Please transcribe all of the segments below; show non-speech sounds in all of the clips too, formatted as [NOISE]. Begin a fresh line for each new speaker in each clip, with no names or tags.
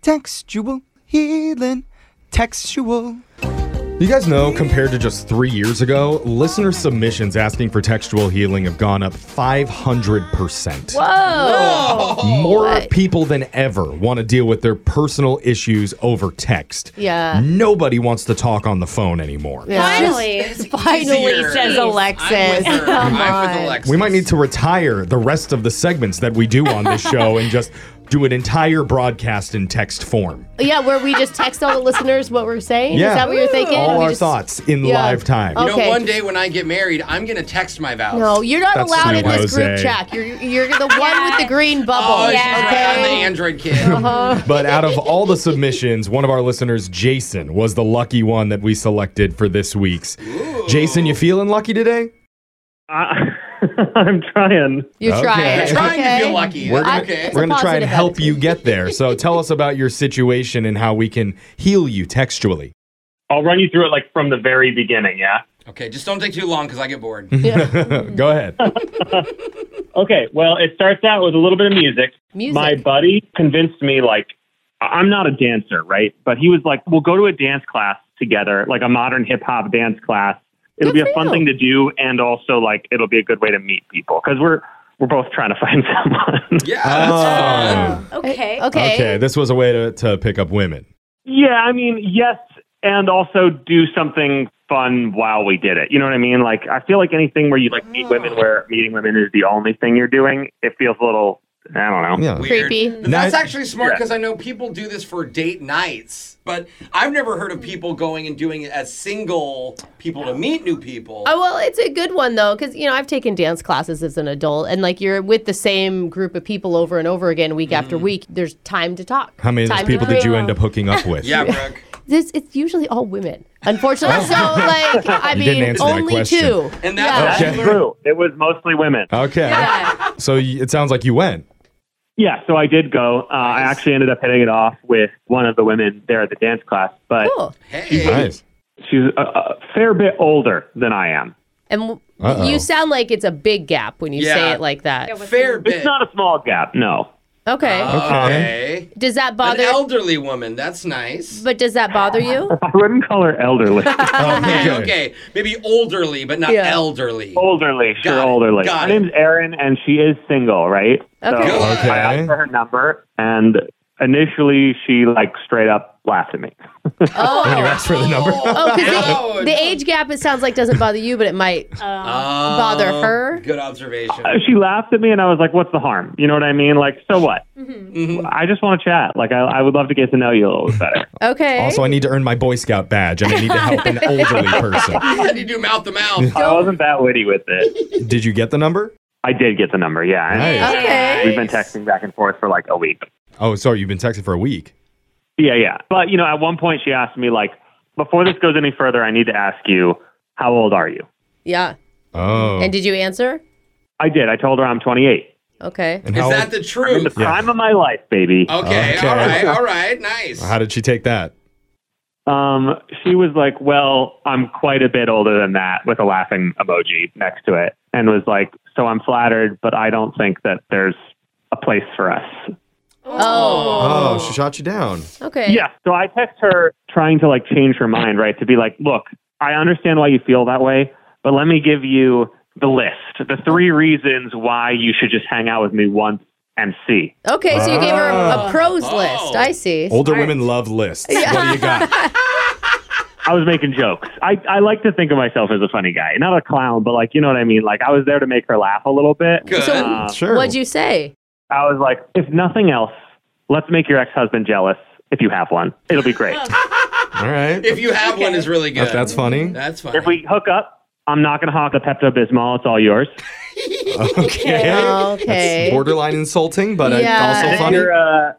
Textual healing. Textual.
You guys know, compared to just three years ago, listener submissions asking for textual healing have gone up 500%.
Whoa.
More
What?
people than ever want to deal with their personal issues over text.
Yeah.
Nobody wants to talk on the phone anymore.
Finally. [LAUGHS] Finally,
easier.
says Alexis.
I'm with
[LAUGHS]
her.
Come
I'm with
on.
Alexis.
We might need to retire the rest of the segments that we do on
[LAUGHS]
this show and just do an entire broadcast in text form.
Yeah, where we just text all the listeners what we're saying.
Yeah.
Is that what you're thinking?
All
We
our
just-
thoughts in
Yeah.
live time.
Oh.
You know,
Okay.
one day when I get married, I'm gonna text my vows.
No, you're not
That's
allowed
too
in this group
Jose.
chat. You're you're the one with the green bubble.
Oh, yeah.
Yeah.
I'm the
Okay. Uh-huh. [LAUGHS]
Android kid.
But out of all the submissions, one of our listeners, Jason, was the lucky one that we selected for this week's. Jason, you feeling lucky today?
I, [LAUGHS] I'm trying.
You're
Okay.
trying.
You're
Trying
okay?
to feel lucky.
We're gonna,
That's okay.
It's
we're
a
gonna try and
positive
help
attitude.
you get there. So tell us about your situation and how we can heal you textually. [LAUGHS]
I'll run you through it like from the very beginning, yeah?
Okay, just don't take too long because I get bored.
Mm-hmm. Go
[LAUGHS]
ahead.
Okay, well, it starts out with a little bit of music.
Music.
My buddy convinced me, like, I- I'm not a dancer, right? But he was like, we'll go to a dance class together, like a modern hip hop dance class. It'll
Good
be
for
a fun
you.
thing to do, and also, like, it'll be a good way to meet people because we're, we're both trying to find [LAUGHS] someone.
Yeah.
Uh,
that's fun.
Oh.
Okay.
Okay.
Okay, this was a way to, to pick up women.
Yeah, I mean, yes, and also do something fun while we did it. You know what I mean? Like, I feel like anything where you like meet women, where meeting women is the only thing you're doing, it feels a little. I don't know.
Yeah.
Weird.
Creepy.
But That's
Now-
actually smart because I know people do this for date nights, but I've never heard of people going and doing it as single people to meet new people.
Oh, well, it's a good one though, because you know I've taken dance classes as an adult, and like you're with the same group of people over and over again, week after week. There's time to talk.
Mm. How many of those
time to
people did you
create-
end up hooking up
[LAUGHS]
with?
Yeah, Brooke.
This it's usually all women, unfortunately.
[LAUGHS]
so like I
Oh. You didn't
mean,
answer my
only
question.
two.
And that's
Yeah. Uh.
That's true. It was mostly women.
Okay. So y- it sounds like you went.
Yeah, so I did go. Uh, I actually ended up hitting it off with one of the women there at the dance class, but
Cool.
Hey.
Nice.
she's a, a fair bit older than I am.
And w-
Uh-oh.
you sound like it's a big gap when you say
Yeah.
it like that.
Fair bit.
It's not a small gap, no.
Okay.
Uh-huh.
okay.
does that
An
bother?
elderly woman. That's nice.
but does that bother you?
[LAUGHS]
I wouldn't call her elderly.
Okay. okay. Maybe olderly, but not
Yeah.
elderly.
Elderly, sure,
Got it,
elderly.
got
Her
it.
name's Erin, and she is single, right?
Okay.
So
Good.
I
Okay.
asked for her number, and initially she like straight up laughed at me.
When you
Oh.
asked for the number.
Oh, because the,
Ouch.
the age gap, it sounds like doesn't bother you, but it might.
Um,
bother her?
Good observation.
Uh, she laughed at me, and I was like, "What's the harm? You know what I mean? Like, so what?
Mm-hmm.
I just want to chat. Like, I, I would love to get to know you a little
[LAUGHS]
bit better.
Okay.
Also, I need to earn my Boy Scout badge and I need to help an elderly person.
[LAUGHS] How do you do mouth to mouth?
I wasn't that witty with
[LAUGHS]
it.
Did you get the number?
I did get the number, yeah. and
Nice.
okay.
We've been texting back and forth for like a week.
Oh, sorry, you've been texting for a week.
Yeah, yeah. But you know, at one point she asked me like, "Before this goes any further, I need to ask you, how old are you?"
Yeah.
Oh.
And did you answer?
I did. I told her I'm 28.
Okay.
[LAUGHS] And
Is
how, Oh,
that the
in the
[LAUGHS]
truth?
prime of my life, baby.
Okay,
Okay. [LAUGHS]
all right, all right, nice.
how did she take that?
Um, she was like, "Well, I'm quite a bit older than that," with a laughing emoji next to it, and was like, "So I'm flattered, but I don't think that there's a place for us."
Oh.
Oh, she shot you down.
Okay.
Yeah. So I text her, trying to like change her mind, right? To be like, "Look, I understand why you feel that way, but let me give you the list, the three reasons why you should just hang out with me once and see."
Okay. So you gave her a,
Oh.
pros
Oh.
list. I see.
Older women love lists. What do you got?
I was making jokes. I, I like to think of myself as a funny guy, not a clown, but like you know what I mean. Like I was there to make her laugh a little bit.
Good.
So-
Sure.
What'd you say?
I was like, if nothing else, let's make your ex-husband jealous if you have one. It'll be [LAUGHS] great.
All right.
if you have one, is really good.
That- that's funny.
That's funny.
if we hook up, I'm not gonna hawk a Pepto Bismol. It's all yours.
Okay.
Okay.
That's borderline insulting, but uh,
Yeah.
also
If
funny.
[LAUGHS] you're, uh,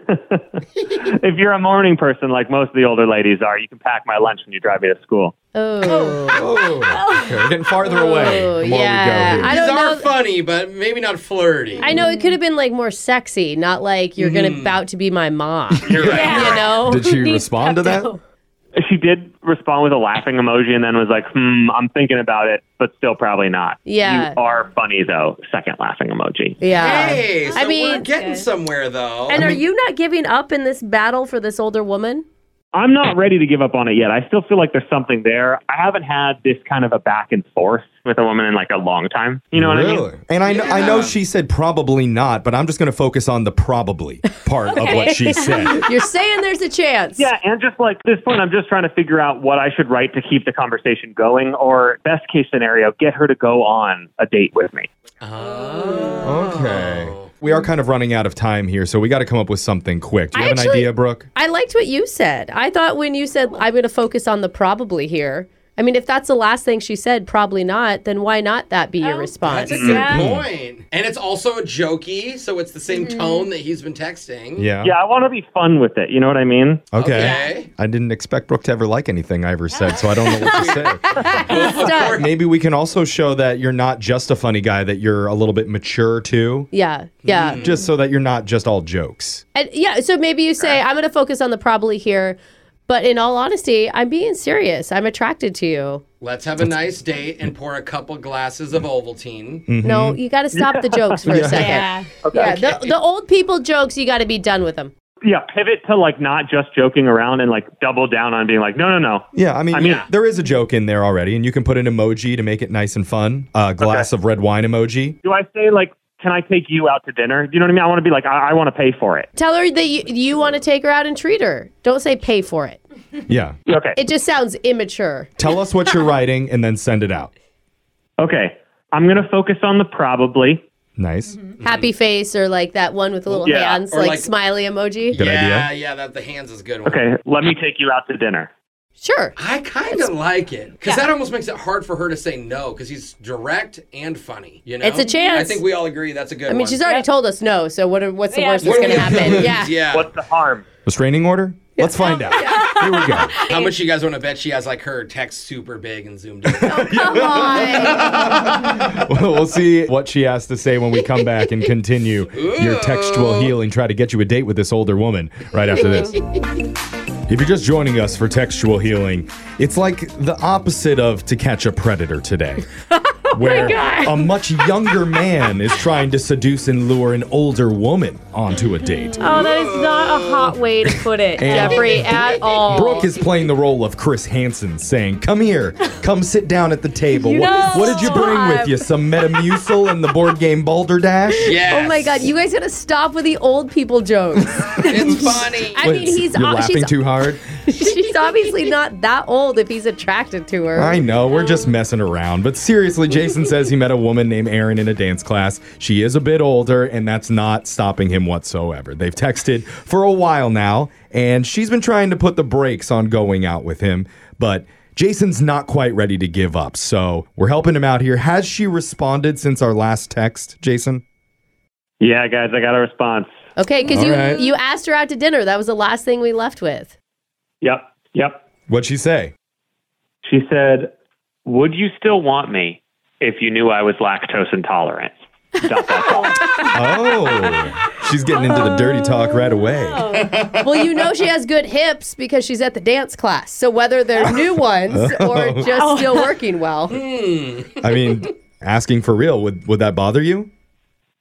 [LAUGHS] if you're a morning person like most of the older ladies are, you can pack my lunch when you drive me to school.
Oh.
Oh, okay, we're getting farther
Oh,
away the more
yeah.
we go
I
here.
don't-
These are
know-
funny, but maybe not flirty.
I know it could have been like more sexy, not like you're gonna about to be my mom.
Mm-hmm. [LAUGHS] You're right.
[LAUGHS]
[LAUGHS] You know?
Did she respond to that?
She did respond with a laughing emoji and then was like, hmm, I'm thinking about it, but still probably not.
Yeah.
You are funny, though. Second laughing emoji.
Yeah.
Hey, so
I
we're
mean-
getting
Okay.
somewhere though.
And are you not giving up in this battle for this older woman?
I'm not ready to give up on it yet. I still feel like there's something there. I haven't had this kind of a back and forth with a woman in like a long time. You know what I mean?
And I, kn- I know
Yeah.
she said probably not, but I'm just going to focus on the probably part of what she said.
You're saying there's a chance.
Yeah, and just like at this point, I'm just trying to figure out what I should write to keep the conversation going, or best case scenario, get her to go on a date with me.
Oh,
Okay. Oh. We are kind of running out of time here, so we got to come up with something quick. Do you
I
have an
actually-
idea, Brooke?
I liked what you said. I thought when you said, I'm going to focus on the probably here. I mean, if that's the last thing she said, probably not, then why not that be your response?
Oh, That's a good
Hmm.
Yeah.
point. And it's also a jokey, so it's the same
Mm-hmm.
tone that he's been texting.
Yeah.
Yeah, I want to be fun with it. You know what I mean?
Okay.
Okay.
I didn't expect Brooke to ever like anything I ever said, so I don't know what to say.
[LAUGHS]
Of course.
Maybe we can also show that you're not just a funny guy, that you're a little bit mature too,
Yeah,
Hmm.
yeah.
just so that you're not just all jokes.
And yeah, so maybe you say, I'm going to focus on the probably here, but in all honesty, I'm being serious. I'm attracted to you.
Let's have a nice date and pour a couple glasses of Ovaltine.
Hmm,
No, you got to stop the jokes for a second. Yeah,
Yeah.
the, the old people jokes, you got to be done with them.
Yeah, pivot to like not just joking around and like double down on being like, no, no, no.
Yeah, I mean,
I mean-
you- there is a joke in there already, and you can put an emoji to make it nice and fun. A glass of red wine emoji.
Do I say like, can I take you out to dinner? You know what I mean? I want to be like, I, I want to pay for it.
Tell her that you, you want to take her out and treat her. Don't say pay for it.
Yeah.
Okay.
It just sounds immature.
Tell us what you're writing and then send it out.
okay. I'm going to focus on the probably.
Nice.
Happy face or like that one with the little
Yeah,
hands,
or
like,
like-
smiley emoji.
Good
yeah,
idea.
yeah, that the hands is a good one.
Okay, let me take you out to dinner.
Sure.
I kind of like it because that almost makes it hard for her to say no because he's direct and funny. You know,
It's a chance.
I think we all agree that's a good.
I mean, she's already told us no, so what? Are, what's the
Yeah.
worst
What
that's
are
going to happen?
[LAUGHS]
Yeah.
yeah.
What's the harm?
Restraining order? Let's find
Oh,
out. Here we go.
How much you guys want to bet she has like her text super big and zoomed
[LAUGHS]
in?
Come on.
Well, we'll see what she has to say when we come back and continue your textual healing. Try to get you a date with this older woman right after this. If you're just joining us for textual healing, it's like the opposite of to catch a predator today. Where a much younger man is trying to seduce and lure an older woman onto a date.
Oh, that is not a hot way to put it,
Jeffrey, [LAUGHS]
Jeffrey.
at all.
Brooke is playing the role of Chris Hansen, saying, "Come here, come sit down at the table. What, what did you bring with you? Some Metamucil and the board game Balderdash?
Yes.
Oh my God, you guys got to stop with the old people jokes. [LAUGHS]
It's funny.
I mean, he's
you're
uh,
laughing
she's,
too hard.
she's obviously not that old if he's attracted to her.
I know, we're just messing around. But seriously, Jason says he met a woman named Erin in a dance class. She is a bit older, and that's not stopping him whatsoever. They've texted for a while now, and she's been trying to put the brakes on going out with him, but Jason's not quite ready to give up. So we're helping him out here. Has she responded since our last text, Jason?
Yeah, guys, I got a response.
Okay, because
All
you
right.
you asked her out to dinner. That was the last thing we left with.
Yep, yep.
What'd she say?
She said, Would you still want me if you knew I was lactose intolerant? Dot, [LAUGHS] dot, dot.
Oh, she's getting into the dirty talk right away.
Oh. Well, you know she has good hips because she's at the dance class. So whether they're new ones or
Oh.
just still working well,
Mm.
I mean, asking for real, would, would that bother you?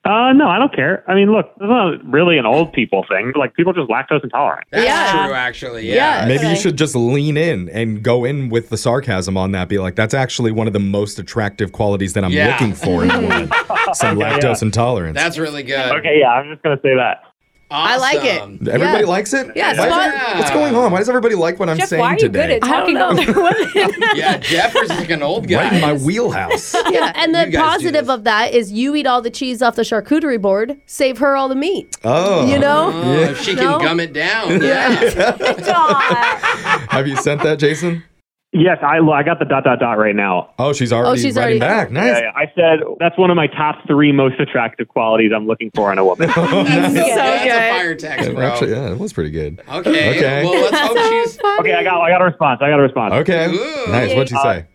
uh, no, I don't care. I mean, look, this is not really an old people thing. Like, people are just lactose intolerant.
That's
Yeah.
true, actually.
Yeah.
Yeah.
Maybe you
Okay.
should just lean in and go in with the sarcasm on that. Be like, that's actually one of the most attractive qualities that I'm
Yeah.
looking for in a woman. Some lactose intolerance.
That's really good.
Okay, yeah, I'm just going to say that.
I like it. [LAUGHS]
Awesome.
everybody
Yeah.
likes it?
Yeah,
Why is
spot-
it- What's going on? Why does everybody like what I'm
Jeff,
saying
why are you good
today?
at talking to older
[LAUGHS]
women?
Yeah, Jeffers is like an old guy.
right in my wheelhouse.
yeah. And the
You guys do
positive
this.
of that is you eat all the cheese off the charcuterie board, save her all the meat.
Oh.
You know?
[LAUGHS]
Oh, If she can
No?
gum it
[LAUGHS]
down. Yeah.
Have you sent that, Jason?
Yes, I, I got the dot, dot, dot right now.
Oh, she's already
she's
writing
already-
back. Nice.
Yeah, yeah. I said that's one of my top three most attractive qualities I'm looking for in
[LAUGHS]
a woman.
That's, that's
good.
a fire text, bro.
Actually, yeah, it was pretty good.
Okay.
Okay.
Well,
[LAUGHS]
let's hope she's.
okay, I got I got a response. I got a response.
Okay.
Ooh.
Nice. What'd she say?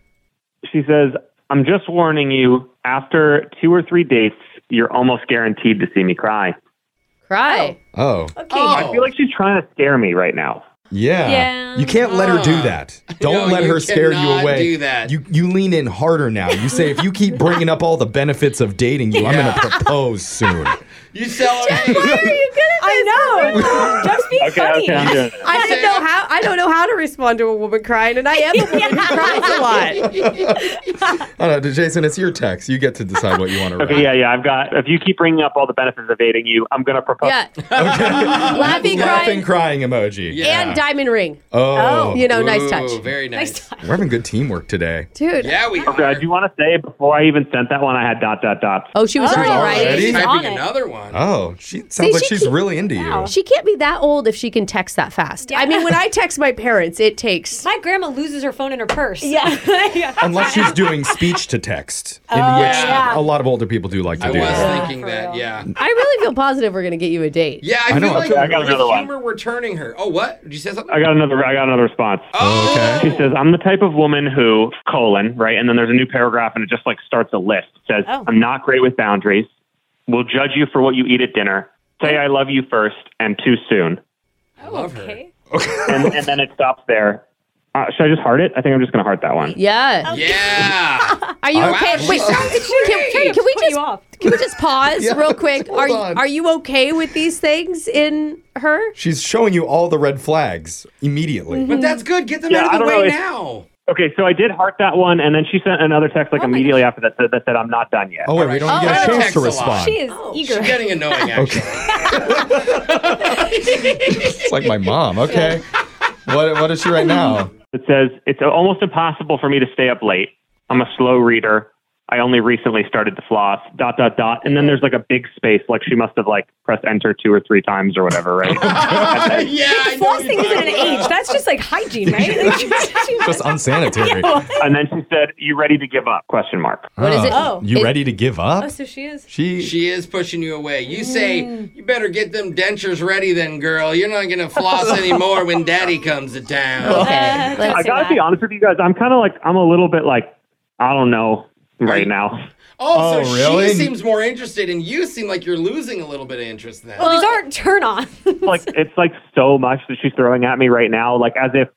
She says, "I'm just warning you. After two or three dates, you're almost guaranteed to see me cry."
Cry.
Oh.
Oh.
I feel like she's trying to scare me right now.
Yeah.
Yeah.
You can't let her do
[LAUGHS]
that. Don't
No,
let
you
her scare you
cannot
away.
do that.
You you lean in harder now. You say if you keep bringing up all the benefits of dating you, I'm going to propose soon.
You tell her, hey,
I know. Just be
Okay,
funny.
okay, I'm doing it.
I don't know how I don't know how to respond to a woman crying, and I am a [LAUGHS] woman who cries a lot.
I don't know, Jason, it's your text. You get to decide what you want to write.
[LAUGHS] Okay, yeah, yeah. I've got. If you keep bringing up all the benefits of dating you, I'm gonna propose. [LAUGHS]
Yeah,
[LAUGHS]
laughing,
Laughing
crying,
crying emoji.
Yeah.
and diamond ring.
Oh.
You know, nice touch,
Ooh, Very nice.
We're having good teamwork today.
dude.
Yeah, we
Okay,
are.
do you want to say before I even sent that one, I had dot dot dot.
Oh, she was
Oh.
already
Already?
right.
She's
She's on
typing
it.
another one.
Oh, she sounds like
she
she's
keep-
really into
Wow.
you.
She can't be that old if she can text that fast. I mean, when I text my parents, it takes.
My grandma loses her phone in her purse. Yeah.
Unless she's doing speech to
[LAUGHS]
text, in which
yeah.
a lot of older people do like to
Oh, I was
do that.
thinking that, yeah.
I really feel positive we're gonna get you a date.
Yeah, I,
I know,
feel like
okay,
I got
with
another one.
humor, we're turning her. Oh, what? Did you say something?
I got another. I got another response.
Oh,
She says, I'm the type of woman who, colon, right? And then there's a new paragraph and it just like starts a list. It says,
Oh.
I'm not great with boundaries. We'll judge you for what you eat at dinner. Say I love you first and too soon.
I love her.
okay.
And, and then it stops there. Uh, should I just heart it? I think I'm just going to heart that one.
Yeah.
Yeah.
Oh. Are you
I-
okay?
Wow,
Wait.
she sounds
Can, can, can we
Put
just
you off.
can we just pause
Yeah,
real quick?
hold
Are you,
on.
are you okay with these things in her?
She's showing you all the red flags immediately.
but that's good. Get them
Yeah,
out of
I
the
don't
way
know if-
now.
Okay, so I did heart that one. And then she sent another text like immediately after that that, that said, I'm not done yet.
Oh, wait, we don't
Oh,
get
I
a chance
text
to
a lot.
respond.
She is eager.
She's getting annoying, actually.
[LAUGHS]
It's [LAUGHS] like my mom. Okay. What, what is she right now?
It says, It's almost impossible for me to stay up late. I'm a slow reader. I only recently started to floss, dot, dot, dot. And then there's like a big space, like she must have like pressed enter two or three times or whatever, right?
[LAUGHS]
[LAUGHS] yeah, I know
Floss
you're
thing isn't an
talking about
age. That's just like hygiene, right?
Just unsanitary.
and then she said, "You ready to give up?" Question mark.
What is it?
Oh.
You
It-
ready to give
oh,
up?
so she is.
She,
She is pushing you away. You say, you better get them dentures ready then, girl. You're not going to floss anymore when daddy comes to town.
Uh,
Let's
I
see
gotta
that.
be honest with you guys. I'm kind of like I'm a little bit like I don't know
[LAUGHS]
right now.
Oh,
Oh,
so
really?
she seems more interested, and you seem like you're losing a little bit of interest now.
Well, these aren't turn on.
Like it's like so much that she's throwing at me right now. Like as if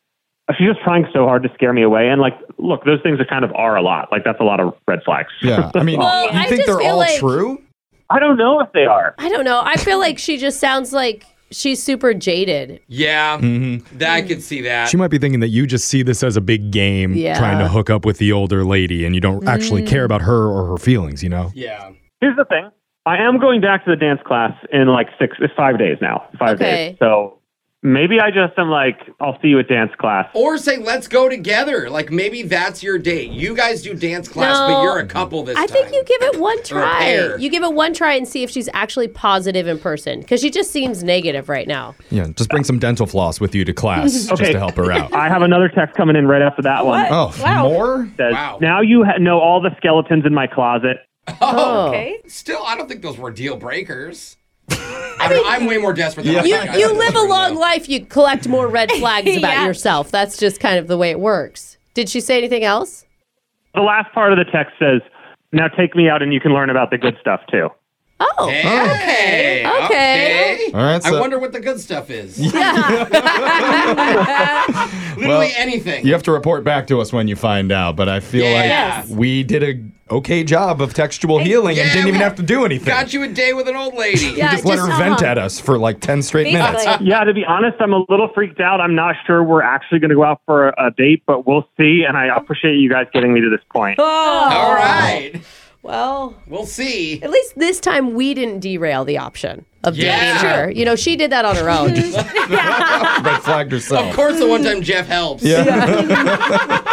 she's just trying so hard to scare me away. And like, look, those things are kind of are a lot. Like that's a lot of red flags.
yeah. I mean,
Well,
you
I
think
just
they're
feel
all
like-
true?
[LAUGHS] I don't know if they are.
I don't know. I feel like she just sounds like she's super jaded.
yeah, that, I could see that.
Mm-hmm. She might be thinking that you just see this as a big game,
Yeah.
trying to hook up with the older lady, and you don't actually care about her or her feelings, you know?
yeah.
Here's the thing. I am going back to the dance class in like six, it's five days now. Five
Okay.
days. So maybe I just am like, I'll see you at dance class.
Or say, let's go together. Like, maybe that's your date. You guys do dance class, but
No.
you're a couple this
I
time.
think you give it one try.
pair.
You give it one try and see if she's actually positive in person because she just seems negative right now.
Yeah. Just bring some dental floss with you to class just
Okay.
to help her
[LAUGHS]
out.
I have another text coming in right after that one.
[LAUGHS]
Oh, more?
says,
Wow.
"Now you ha- know all the skeletons in my closet."
Oh,
Okay.
Still, I don't think those were
[LAUGHS]
deal breakers. I mean, I'm way more desperate than
Yeah.
I
You,
think I
you
am.
live a long life, you collect more red
[LAUGHS]
flags about
Yeah.
yourself. That's just kind of the way it works. Did she say anything else?
The last part of the text says, "Now take me out and you can learn about the good stuff too."
Oh,
Hey,
Okay.
okay.
Oh. All right, so-
I wonder what the good stuff
[LAUGHS]
is.
[LAUGHS]
Literally anything.
You have to report back to us when you find out, but I feel
Yeah.
like we did a okay job of textual healing and
Yeah,
didn't
we
even have to do anything.
Got you a day with an old lady.
You just, let her
just,
vent
uh-huh.
at us for like 10 straight minutes.
Basically.
Yeah, to be honest, I'm a little freaked out. I'm not sure we're actually going to go out for a, a date, but we'll see. And I appreciate you guys getting me to this point.
Oh,
All right.
well.
We'll see.
At least this time we didn't derail the option of
Yeah.
dating her. You know, she did that on her own.
[LAUGHS]
Red flagged herself.
Of course, the one time Jeff helps.
Yeah.